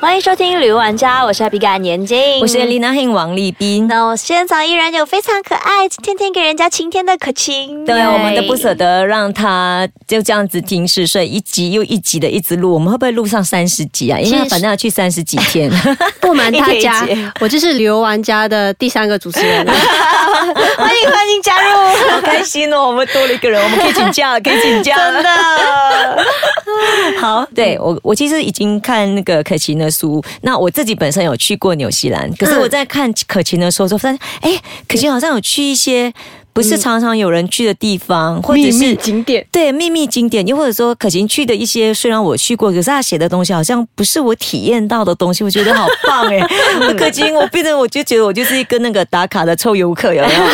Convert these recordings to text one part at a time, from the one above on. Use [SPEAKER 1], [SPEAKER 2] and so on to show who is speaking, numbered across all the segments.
[SPEAKER 1] 欢迎收听《旅游玩家》，我是阿比嘎年金，
[SPEAKER 2] 我是 Lina Hin 王立斌。
[SPEAKER 1] 那我哦现场依然有非常可爱、天天给人家晴天的可晴。
[SPEAKER 2] 对，我们都不舍得让他就这样子停止，所以一集又一集的一直录。我们会不会录上三十集啊？因为
[SPEAKER 3] 其
[SPEAKER 2] 他
[SPEAKER 3] 实
[SPEAKER 2] 反正要去三十几天。
[SPEAKER 3] 不瞒大
[SPEAKER 4] 一
[SPEAKER 3] 家
[SPEAKER 4] 天一节，
[SPEAKER 3] 我就是旅游玩家的第三个主持人了。
[SPEAKER 1] 欢迎欢迎加入，
[SPEAKER 2] 好开心哦！我们多了一个人，我们可以请假 了，可以请假
[SPEAKER 1] 真
[SPEAKER 2] 了。
[SPEAKER 1] 的。
[SPEAKER 2] 好，对我我其实已经看那个可晴的书，那我自己本身有去过纽西兰，可是我在看可晴的时候，就发现，哎，可晴好像有去一些不是常常有人去的地方，或者
[SPEAKER 3] 嗯秘密
[SPEAKER 2] 是。
[SPEAKER 3] 景点，
[SPEAKER 2] 对秘密景点，又或者说可晴去的一些，虽然我去过，可是他写的东西好像不是我体验到的东西，我觉得好棒 哎！可晴，我变得我就觉得我就是一个那个打卡的臭游客，有没有？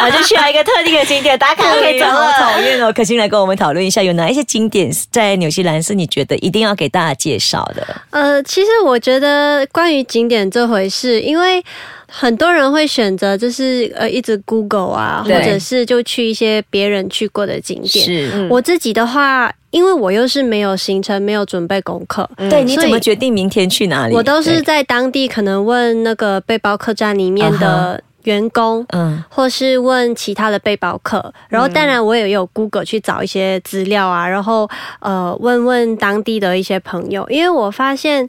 [SPEAKER 1] 我就去了一个特定的景点打 卡可以
[SPEAKER 2] 对，
[SPEAKER 1] 走
[SPEAKER 2] 好讨
[SPEAKER 1] 了。
[SPEAKER 2] 厌哦！可心来跟我们讨论一下，有哪一些景点是在纽西兰是你觉得一定要给大家介绍的？
[SPEAKER 3] 呃，其实我觉得关于景点这回事，因为很多人会选择就是呃一直 Google 啊，或
[SPEAKER 2] 对
[SPEAKER 3] 者是就去一些别人去过的景点。
[SPEAKER 2] 是，
[SPEAKER 3] 我自己的话，因为我又是没有行程，没有准备功课，
[SPEAKER 2] 对，你
[SPEAKER 3] 所以
[SPEAKER 2] 怎么决定明天去哪里？
[SPEAKER 3] 我都
[SPEAKER 2] 嗯
[SPEAKER 3] 是
[SPEAKER 2] 对，
[SPEAKER 3] 在当地可能问那个背包客栈里面的员工。
[SPEAKER 2] 嗯，
[SPEAKER 3] 或是问其他的背包客，然后当然我也有 Google 去找一些资料啊，然后呃问问当地的一些朋友，因为我发现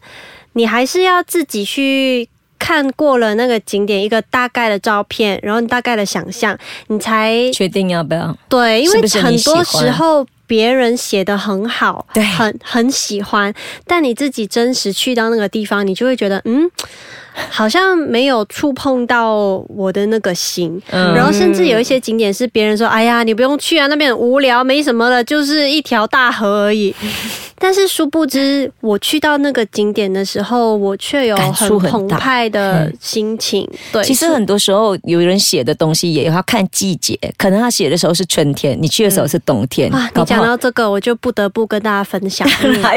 [SPEAKER 3] 你还是要自己去。看过了那个景点一个大概的照片，然后你大概的想象，你才
[SPEAKER 2] 决定要不要？
[SPEAKER 3] 对，因
[SPEAKER 2] 是
[SPEAKER 3] 为
[SPEAKER 2] 不是
[SPEAKER 3] 很
[SPEAKER 2] 你喜
[SPEAKER 3] 多
[SPEAKER 2] 欢
[SPEAKER 3] 时候别人写的很好，
[SPEAKER 2] 对
[SPEAKER 3] 很很喜欢，但你自己真实去到那个地方，你就会觉得，嗯，好像没有触碰到我的那个心。
[SPEAKER 2] 嗯
[SPEAKER 3] 然后甚至有一些景点是别人说，哎呀，你不用去啊，那边很无聊，没什么了，就是一条大河而已。但是殊不知，我去到那个景点的时候，我却有
[SPEAKER 2] 感
[SPEAKER 3] 很
[SPEAKER 2] 触很
[SPEAKER 3] 澎
[SPEAKER 2] 大
[SPEAKER 3] 湃的
[SPEAKER 2] 嗯
[SPEAKER 3] 心情。对，
[SPEAKER 2] 其实很多时候有人写的东西也要看季节，可能他写的时候是春天，你去的时候是冬天，
[SPEAKER 3] 啊，
[SPEAKER 2] 搞不
[SPEAKER 3] 你讲
[SPEAKER 2] 好
[SPEAKER 3] 到这个，我就不得不跟大家分享。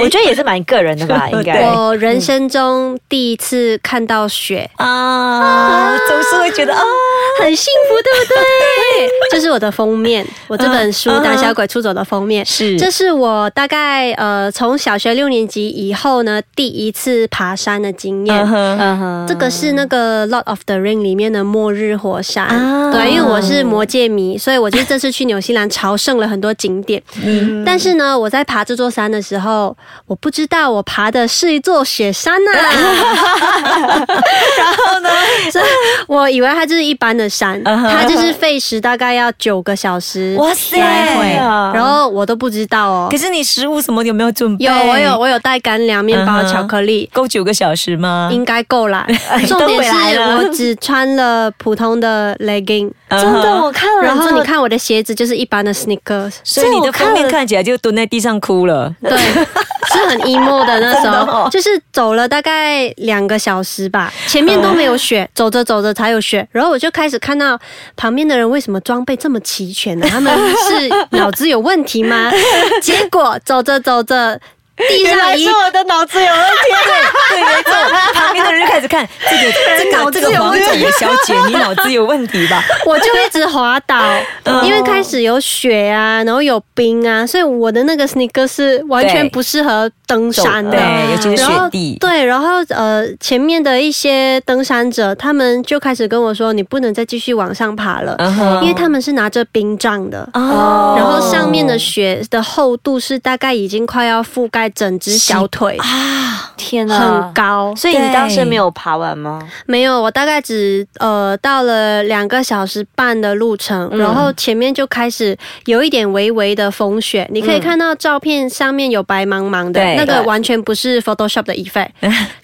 [SPEAKER 1] 我觉得也是蛮个人的 吧，应该。
[SPEAKER 3] 我人生中第一次看到雪，
[SPEAKER 2] 啊，总是会觉得啊，
[SPEAKER 3] 嗯很幸福，对不对？ 这是我的封面，我这本书
[SPEAKER 2] 嗯嗯
[SPEAKER 3] 《胆小鬼出走》的封面。
[SPEAKER 2] 是
[SPEAKER 3] 这是我大概呃从小学六年级以后呢第一次爬山的经验。
[SPEAKER 2] 嗯哼，
[SPEAKER 1] 嗯哼
[SPEAKER 3] 这个是那个《Lord of the Ring》里面的末日火山，
[SPEAKER 2] 啊
[SPEAKER 3] 对，因为我是魔界迷，所以我就是这次去纽西兰朝圣了很多景点。
[SPEAKER 2] 嗯，
[SPEAKER 3] 但是呢，我在爬这座山的时候，我不知道我爬的是一座雪山呐、
[SPEAKER 2] 嗯
[SPEAKER 3] 然后呢，这我以为它就是一般的山，
[SPEAKER 2] 嗯哼
[SPEAKER 3] 它就是费时大概要九个小时
[SPEAKER 2] 哇塞哦
[SPEAKER 3] 来回，
[SPEAKER 1] 啊
[SPEAKER 3] 然后我都不知道哦
[SPEAKER 2] 可。是你食物什么有没有准备？
[SPEAKER 3] 有我有我有带干粮、面包、
[SPEAKER 2] 嗯哼
[SPEAKER 3] 巧克力。
[SPEAKER 2] 够九个小时吗？
[SPEAKER 3] 应该够啦。重点
[SPEAKER 1] 都回来
[SPEAKER 3] 是
[SPEAKER 1] 了
[SPEAKER 3] 我只穿了普通的 legging，
[SPEAKER 2] 嗯
[SPEAKER 1] 真的，
[SPEAKER 2] 哦
[SPEAKER 1] 我看了，
[SPEAKER 3] 然后
[SPEAKER 1] 真
[SPEAKER 3] 你
[SPEAKER 1] 的
[SPEAKER 3] 看我的鞋子就是一般的 sneakers。
[SPEAKER 2] 所以你的
[SPEAKER 1] 这我看
[SPEAKER 2] 封面
[SPEAKER 1] 了
[SPEAKER 2] 看起来就蹲在地上哭了。
[SPEAKER 3] 对，是很 emo 的那时候，就是走了大概两个小时吧，前面都没有雪，走着走着才有雪，然后我就开始看到旁边的人为什么装备这么齐全啊呢、他们是脑子有问题吗？结果走着走着，地
[SPEAKER 1] 原来
[SPEAKER 3] 上
[SPEAKER 1] 是
[SPEAKER 3] 一
[SPEAKER 1] 我的脑子有问题。
[SPEAKER 2] 对，没错，旁边的人就开始看这个这
[SPEAKER 3] 脑
[SPEAKER 2] 个
[SPEAKER 3] 子
[SPEAKER 2] 这
[SPEAKER 3] 有
[SPEAKER 2] 个黄
[SPEAKER 3] 问
[SPEAKER 2] 姐小姐，你脑子有问题吧？
[SPEAKER 3] 我就一直滑倒，
[SPEAKER 2] 嗯
[SPEAKER 3] 因为开始有雪啊，然后有冰啊，所以我的那个 sneaker 是完全
[SPEAKER 2] 对
[SPEAKER 3] 不适合登山的。
[SPEAKER 2] 对，尤其是
[SPEAKER 3] 然后
[SPEAKER 2] 雪地。
[SPEAKER 3] 对，然后呃，前面的一些登山者，他们就开始跟我说，你不能再继续往上爬了，
[SPEAKER 2] 嗯哼
[SPEAKER 3] 因为他们是拿着冰杖的。
[SPEAKER 2] 哦
[SPEAKER 3] 然后上面的雪的厚度是大概已经快要覆盖整只小腿，
[SPEAKER 2] 啊，
[SPEAKER 1] 天
[SPEAKER 3] 很高。
[SPEAKER 1] 所以你当时
[SPEAKER 2] 对
[SPEAKER 1] 没有爬完吗？
[SPEAKER 3] 没有，我大概只呃到了两个小时半的路程，
[SPEAKER 2] 嗯
[SPEAKER 3] 然后前面就开始有一点微微的风雪，你可以看到照片上面有白茫茫的，
[SPEAKER 2] 对
[SPEAKER 3] 那个
[SPEAKER 1] 对
[SPEAKER 3] 完全不是 Photoshop 的 effect，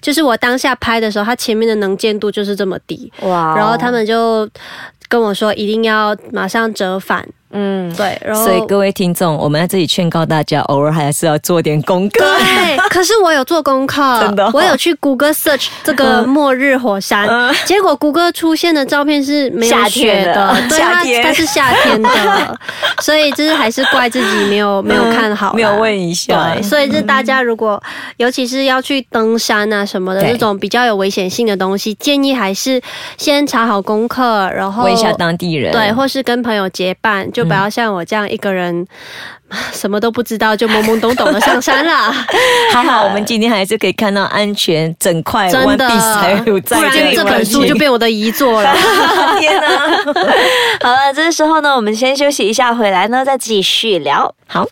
[SPEAKER 3] 就是 我当下拍的时候，它前面的能见度就是这么低，
[SPEAKER 2] 哦
[SPEAKER 1] 哇哦
[SPEAKER 3] 然后他们就跟我说一定要马上折返，
[SPEAKER 1] 嗯，
[SPEAKER 3] 对，然后
[SPEAKER 2] 所以各位听众，我们在这里劝告大家，偶尔还是要做点功课。
[SPEAKER 3] 对， 可是我有做功课，
[SPEAKER 2] 真的哦
[SPEAKER 3] 我有去谷歌 search 这个末日火山，结果谷歌出现的照片是没有
[SPEAKER 1] 夏
[SPEAKER 3] 雪
[SPEAKER 1] 天的
[SPEAKER 3] 的，
[SPEAKER 2] 嗯
[SPEAKER 3] 对，
[SPEAKER 2] 夏
[SPEAKER 3] 它
[SPEAKER 2] 天
[SPEAKER 3] 它是夏天的， 所以就是还是怪自己没有没有看好啦，
[SPEAKER 2] 没有问一下
[SPEAKER 3] 对，。所以就是大家如果，尤其是要去登山啊什么的
[SPEAKER 2] 对
[SPEAKER 3] 这种比较有危险性的东西，建议还是先查好功课，然后
[SPEAKER 2] 问一下当地人，
[SPEAKER 3] 对，或是跟朋友结伴，就不要像我这样一个人、 什么都不知道，就懵懵懂懂的上山了。
[SPEAKER 2] 还好我们今天还是可以看到安全整块
[SPEAKER 3] 真
[SPEAKER 2] 哎 One
[SPEAKER 3] 的
[SPEAKER 2] Piece 还有，在
[SPEAKER 3] 不然
[SPEAKER 2] 里
[SPEAKER 3] 这本书就变我的遗 作了。
[SPEAKER 2] 天哪！
[SPEAKER 1] 好了，这时候呢，我们先休息一下，回来呢再继续聊。
[SPEAKER 2] 好，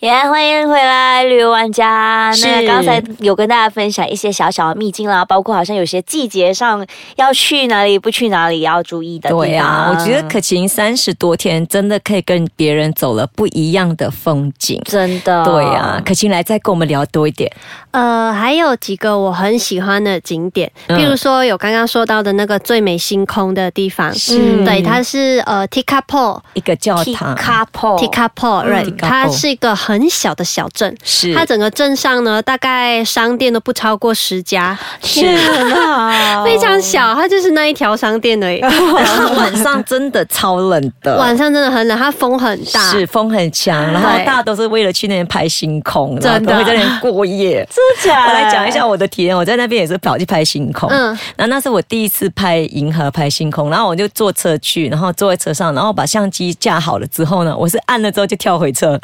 [SPEAKER 1] 也、欢迎回来，旅游玩家。那
[SPEAKER 2] 是
[SPEAKER 1] 刚才有跟大家分享一些小小的秘境啦，包括好像有些季节上要去哪里、不去哪里要注意的地方。
[SPEAKER 2] 对啊，我觉得可晴三十多天真的可以跟别人走了不一样的风景。
[SPEAKER 1] 真的
[SPEAKER 2] 对啊，，可晴来再跟我们聊多一点。
[SPEAKER 3] 呃，还有几个我很喜欢的景点，
[SPEAKER 2] 嗯
[SPEAKER 3] 譬如说有刚刚说到的那个最美星空的地方，
[SPEAKER 1] 是
[SPEAKER 3] 对，它是呃 Tikapo
[SPEAKER 2] 一个教
[SPEAKER 1] t i
[SPEAKER 2] 堂
[SPEAKER 1] k a p o
[SPEAKER 3] Tikapo，right，、
[SPEAKER 2] Tekapo
[SPEAKER 3] 它是一个很小的小镇。
[SPEAKER 2] 嗯是
[SPEAKER 3] 它整个镇上呢，大概商店都不超过十家，
[SPEAKER 1] 天
[SPEAKER 2] 哦
[SPEAKER 1] 哪，
[SPEAKER 3] 非常小，它就是那一条商店而已。
[SPEAKER 2] 它晚上真的超冷的，
[SPEAKER 3] 晚上真的很冷，它风很大，
[SPEAKER 2] 是风很强，然后大家都是为了去那边拍星空，然后
[SPEAKER 3] 真的
[SPEAKER 2] 都会在那边过 夜。
[SPEAKER 1] 真假？
[SPEAKER 2] 我来讲一下我的体验，我在那边也是跑去拍星空，
[SPEAKER 3] 嗯
[SPEAKER 2] 嗯，然后那是我第一次拍银河拍星空，然后我就坐车去，然后坐在车上，然后把相机架好了之后呢，我是按了之后就跳回 车，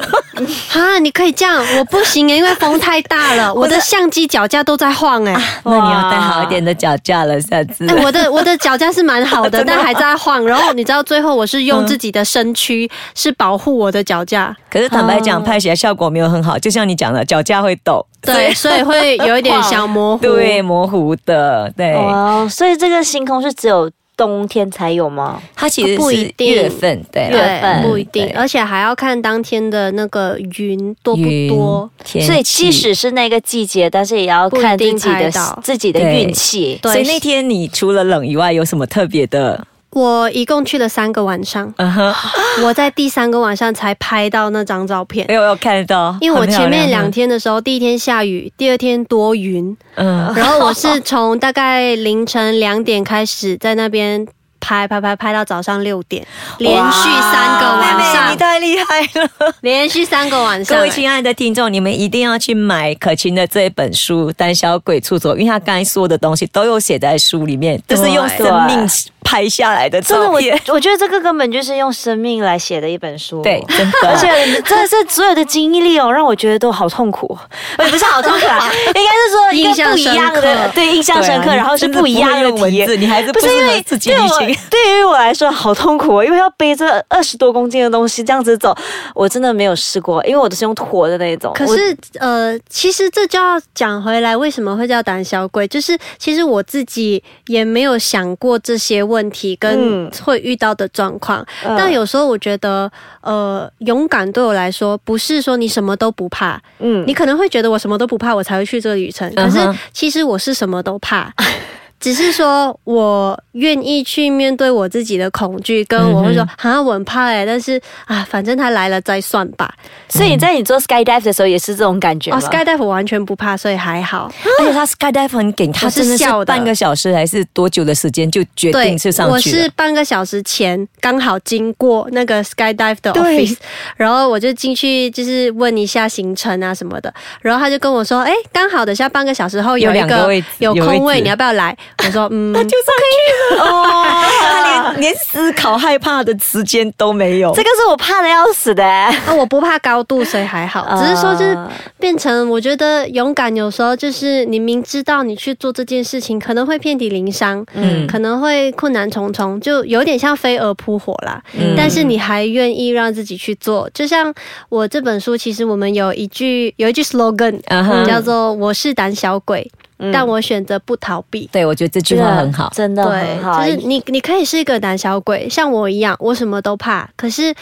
[SPEAKER 3] 啊，你可以这样，我不行耶，欸因为风太 大了，我的相机脚架都在晃哎、
[SPEAKER 2] 那你要带好一点的脚架了，下 次。
[SPEAKER 3] 哎，我的我的脚架是 蛮好的，但还在晃。然后你知道，最后我是用自己的身躯是保护我的脚架，
[SPEAKER 2] 可是坦白讲，拍起来效果没有很好，就像你讲的，脚架会抖，
[SPEAKER 3] 对，所以会有一点小模糊。
[SPEAKER 2] 对，模糊的，对。
[SPEAKER 1] 哇，所以这个星空是只有冬天才有吗？
[SPEAKER 2] 它其实
[SPEAKER 3] 不一
[SPEAKER 2] 是
[SPEAKER 3] 定
[SPEAKER 2] 月份， 对啦，
[SPEAKER 1] 月份
[SPEAKER 3] 对，不一定
[SPEAKER 2] 对，
[SPEAKER 3] 而且还要看当天的那个云多不
[SPEAKER 2] 云
[SPEAKER 3] 多。，
[SPEAKER 2] 天
[SPEAKER 1] 所以
[SPEAKER 2] 气
[SPEAKER 1] 即使是那个季节，但是也要看自己
[SPEAKER 3] 不一定拍
[SPEAKER 1] 的
[SPEAKER 3] 到
[SPEAKER 1] 自己的
[SPEAKER 2] 对
[SPEAKER 1] 运气。
[SPEAKER 3] 对
[SPEAKER 2] 所以那天你除了冷以外，有什么特别的？
[SPEAKER 3] 我一共去了三个 晚上，
[SPEAKER 1] 啊
[SPEAKER 2] 嗯哼，
[SPEAKER 3] 我在第三个晚上才拍到那张照片
[SPEAKER 2] 哎。呦，我有看到，
[SPEAKER 3] 因为我
[SPEAKER 2] 很漂
[SPEAKER 3] 前面
[SPEAKER 2] 亮啊
[SPEAKER 3] 两，天的时候，第一天下雨，第二天多云，
[SPEAKER 2] 嗯，
[SPEAKER 3] 然后我是从大概凌晨两点开始在那边拍拍拍拍到早上六点，连续三个
[SPEAKER 2] 妹
[SPEAKER 3] 晚
[SPEAKER 2] 妹你
[SPEAKER 3] 上，
[SPEAKER 2] 太厉害了！
[SPEAKER 3] 连续三个晚上、
[SPEAKER 2] 各位
[SPEAKER 3] 哎
[SPEAKER 2] 亲爱的听众，你们一定要去买可晴的这一本书《胆小鬼出走》，因为他刚才说的东西都有写在书里面，就是用
[SPEAKER 1] 对
[SPEAKER 2] 生命拍下来的
[SPEAKER 1] 真的，
[SPEAKER 2] 照
[SPEAKER 1] 我哦
[SPEAKER 2] 片。
[SPEAKER 1] 我觉得这个根本就是用生命来写的一本书。
[SPEAKER 2] 对，啊真的，
[SPEAKER 1] 而且真的是所有的经历哦，让我觉得都好痛苦， 也不是好痛苦 啊，应该是说一
[SPEAKER 3] 印
[SPEAKER 1] 个
[SPEAKER 3] 象
[SPEAKER 1] 不一
[SPEAKER 3] 深
[SPEAKER 1] 样
[SPEAKER 3] 刻
[SPEAKER 1] 的，对，印象深刻，
[SPEAKER 2] 对啊
[SPEAKER 1] 然后是
[SPEAKER 2] 真的
[SPEAKER 1] 不一样的
[SPEAKER 2] 不会用
[SPEAKER 1] 体验
[SPEAKER 2] 文字你还是
[SPEAKER 1] 不是
[SPEAKER 2] 不适
[SPEAKER 1] 因
[SPEAKER 2] 合
[SPEAKER 1] 为
[SPEAKER 2] 自己
[SPEAKER 1] 对
[SPEAKER 2] 旅
[SPEAKER 1] 我啊
[SPEAKER 2] 行
[SPEAKER 1] 对于我来说好痛苦哦，因为要背着二十多公斤的东西这样子走，我真的没有试过，因为我都是用驮的那种。
[SPEAKER 3] 可
[SPEAKER 1] 我
[SPEAKER 3] 是，呃，其实这就要讲回来，为什么会叫胆小鬼？就是其实我自己也没有想过这些问题跟
[SPEAKER 1] 嗯
[SPEAKER 3] 会遇到的状况。
[SPEAKER 1] 嗯
[SPEAKER 3] 但有时候我觉得，呃，勇敢对我来说，不是说你什么都不怕，
[SPEAKER 1] 嗯
[SPEAKER 3] 你可能会觉得我什么都不怕，我才会去这个旅程。可
[SPEAKER 2] 嗯
[SPEAKER 3] 是
[SPEAKER 2] 哼
[SPEAKER 3] 其实我是什么都怕， 只是说我愿意去面对我自己的恐惧，跟我会说
[SPEAKER 2] 嗯
[SPEAKER 3] 好像、我很怕哎、但是啊，反正他来了再算吧。
[SPEAKER 1] 所以你在你做 skydive 的时候也是这种感觉
[SPEAKER 2] 啊
[SPEAKER 1] 吗
[SPEAKER 3] 哦，skydive 我完全不怕，所以还好。
[SPEAKER 2] 而且他 skydive 很给，他真的
[SPEAKER 3] 我是笑的
[SPEAKER 2] 是半个小时还是多久的时间就决
[SPEAKER 3] 对
[SPEAKER 2] 定是，上
[SPEAKER 3] 我
[SPEAKER 2] 去
[SPEAKER 3] 是
[SPEAKER 2] 了。
[SPEAKER 3] 半个小时前刚好经过那个 skydive 的 office，然 后我就进去就是问一下行程啊什么的，然后他就跟我说，哎，刚好等下半个小时后有
[SPEAKER 2] 有
[SPEAKER 3] 一
[SPEAKER 2] 两个位置
[SPEAKER 3] 有
[SPEAKER 2] 有位
[SPEAKER 3] 空位，
[SPEAKER 2] 置
[SPEAKER 3] 你要不要来？我 说，嗯，
[SPEAKER 1] 哦，
[SPEAKER 2] 他连 连思考害怕的时间都没有，
[SPEAKER 1] 这个是我怕的要死的。呃
[SPEAKER 3] 啊，我不怕高度，所以还好。
[SPEAKER 2] 呃
[SPEAKER 3] 只是说，就是变成我觉得勇敢，有时候就是你明知道你去做这件事情可能会遍体鳞伤，嗯，
[SPEAKER 2] 嗯
[SPEAKER 3] 可能会困难重重，就有点像飞蛾扑火啦。
[SPEAKER 2] 嗯
[SPEAKER 3] 但是你还愿意让自己去做，就像我这本书，其实我们有一句有一句 slogan、
[SPEAKER 2] 嗯哼
[SPEAKER 3] 叫做“我是胆小鬼，
[SPEAKER 1] 嗯
[SPEAKER 3] 但我选择不逃避”。
[SPEAKER 2] 对我觉得这句话很好。
[SPEAKER 1] 真的
[SPEAKER 3] 对
[SPEAKER 1] 很，好。
[SPEAKER 3] 就是你，你可以是一个胆小鬼，像我一样，我什么都怕。可是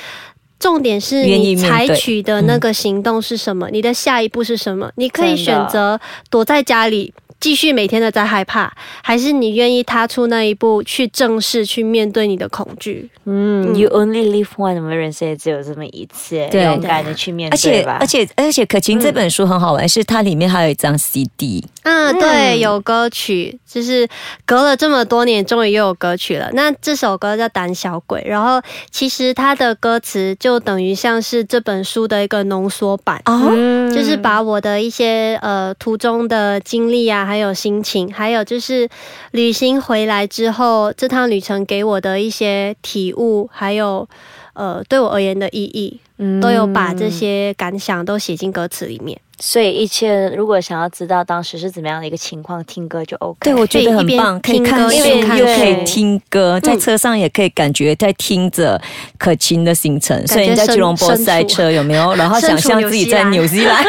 [SPEAKER 3] 重点是
[SPEAKER 2] 愿
[SPEAKER 3] 你
[SPEAKER 2] 意面对
[SPEAKER 3] 采取的那个行动是什么，你的下一步是什么？你可以
[SPEAKER 1] 真的
[SPEAKER 3] 选择躲在家里。继续每天的在害怕，还是你愿意踏出那一步去正视、去面对你的恐惧？
[SPEAKER 1] 嗯，You only live one，我们人生也只有这么一次，
[SPEAKER 2] 对啊
[SPEAKER 1] 勇敢的去面
[SPEAKER 2] 而且
[SPEAKER 1] 对吧。
[SPEAKER 2] 而且而且，可晴这本书很好玩，是它里面还有一张 CD，
[SPEAKER 3] 嗯，
[SPEAKER 1] 嗯
[SPEAKER 3] 对，有歌曲，就是隔了这么多年，终于又有歌曲了。那这首歌叫《胆小鬼》，然后其实它的歌词就等于像是这本书的一个浓缩版。
[SPEAKER 2] 哦，
[SPEAKER 1] 嗯
[SPEAKER 3] 就是把我的一些呃途中的经历啊，还有心情，还有就是旅行回来之后，这趟旅程给我的一些体悟，还有呃对我而言的意义，都有把这些感想都写进歌词里面。
[SPEAKER 1] 所以一千如果想要知道当时是怎么样的一个情况，听歌就 OK。
[SPEAKER 2] 对，我觉得很棒，可
[SPEAKER 3] 可
[SPEAKER 2] 以
[SPEAKER 3] 以一边
[SPEAKER 2] 看书嗯
[SPEAKER 3] 听歌
[SPEAKER 1] 一边，看
[SPEAKER 2] 又可以
[SPEAKER 1] 对
[SPEAKER 2] 听歌，在车上也可以感觉在听着可晴的行程。所以你在
[SPEAKER 3] 身
[SPEAKER 2] 吉隆坡
[SPEAKER 3] 身处
[SPEAKER 2] 塞车有没 有？然后想象自己在纽西兰，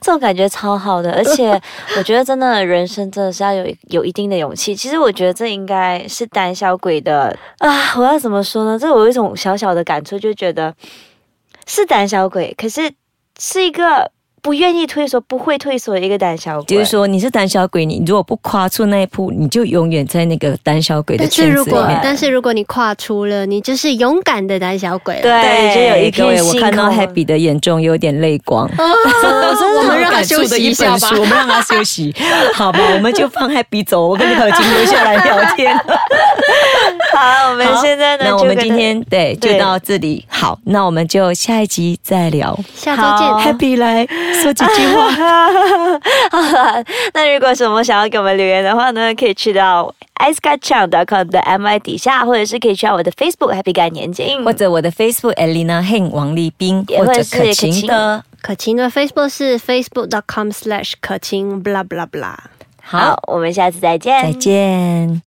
[SPEAKER 1] 这种感觉超好的，而且我觉得真的人生真的是要有有一定的勇气。其实我觉得这应该是胆小鬼的啊，我要怎么说呢？这我有一种小小的感触，就觉得是胆小鬼，可是是一个不愿意退缩、不会退缩的一个胆小鬼。
[SPEAKER 2] 就是 说你是胆小鬼，你如果不跨出那一步，你就永远在那个胆小鬼的
[SPEAKER 3] 但是
[SPEAKER 2] 圈
[SPEAKER 3] 如
[SPEAKER 2] 子里
[SPEAKER 3] 果
[SPEAKER 2] 面。
[SPEAKER 3] 但是如果你跨出了，你就是勇敢的胆小鬼了。
[SPEAKER 1] 对，就有一
[SPEAKER 2] 各
[SPEAKER 1] 片
[SPEAKER 2] 位，我
[SPEAKER 1] 星
[SPEAKER 2] 看到
[SPEAKER 1] 空
[SPEAKER 2] Happy 的眼中有点泪 光。
[SPEAKER 3] 我们让他
[SPEAKER 2] 感触
[SPEAKER 3] 休息
[SPEAKER 2] 的一
[SPEAKER 3] 一
[SPEAKER 2] 本
[SPEAKER 3] 下
[SPEAKER 2] 书
[SPEAKER 3] 吧，
[SPEAKER 2] 我。们让他休息， 好吧？我们就放 Happy 走，我跟何晴留下来聊 天。
[SPEAKER 1] 好，我们
[SPEAKER 2] 好
[SPEAKER 1] 现在呢，
[SPEAKER 2] 那我
[SPEAKER 1] 就
[SPEAKER 2] 们
[SPEAKER 1] 跟
[SPEAKER 2] 今天对
[SPEAKER 1] 对
[SPEAKER 2] 就到这里，好，那我们就下一集再聊。
[SPEAKER 3] 下周
[SPEAKER 1] 好
[SPEAKER 3] 见。
[SPEAKER 2] Happy 来说几句话，
[SPEAKER 1] 好了， 那如果什么想要给我们留言的话呢，可以去到 i c e g a c h a n g c o m 的 my 底下，或者是可以去到我的 Facebook Happy 干年金，
[SPEAKER 2] 或者我的 Facebook Elena Heng 王立斌，
[SPEAKER 1] 也
[SPEAKER 2] 或者
[SPEAKER 1] 是可
[SPEAKER 2] 可
[SPEAKER 1] 晴
[SPEAKER 2] 晴的。
[SPEAKER 3] 可晴的 Facebook 是 facebook.com/slash 可晴 blah blah blah。
[SPEAKER 1] 好，我们下次再见，
[SPEAKER 2] 再见。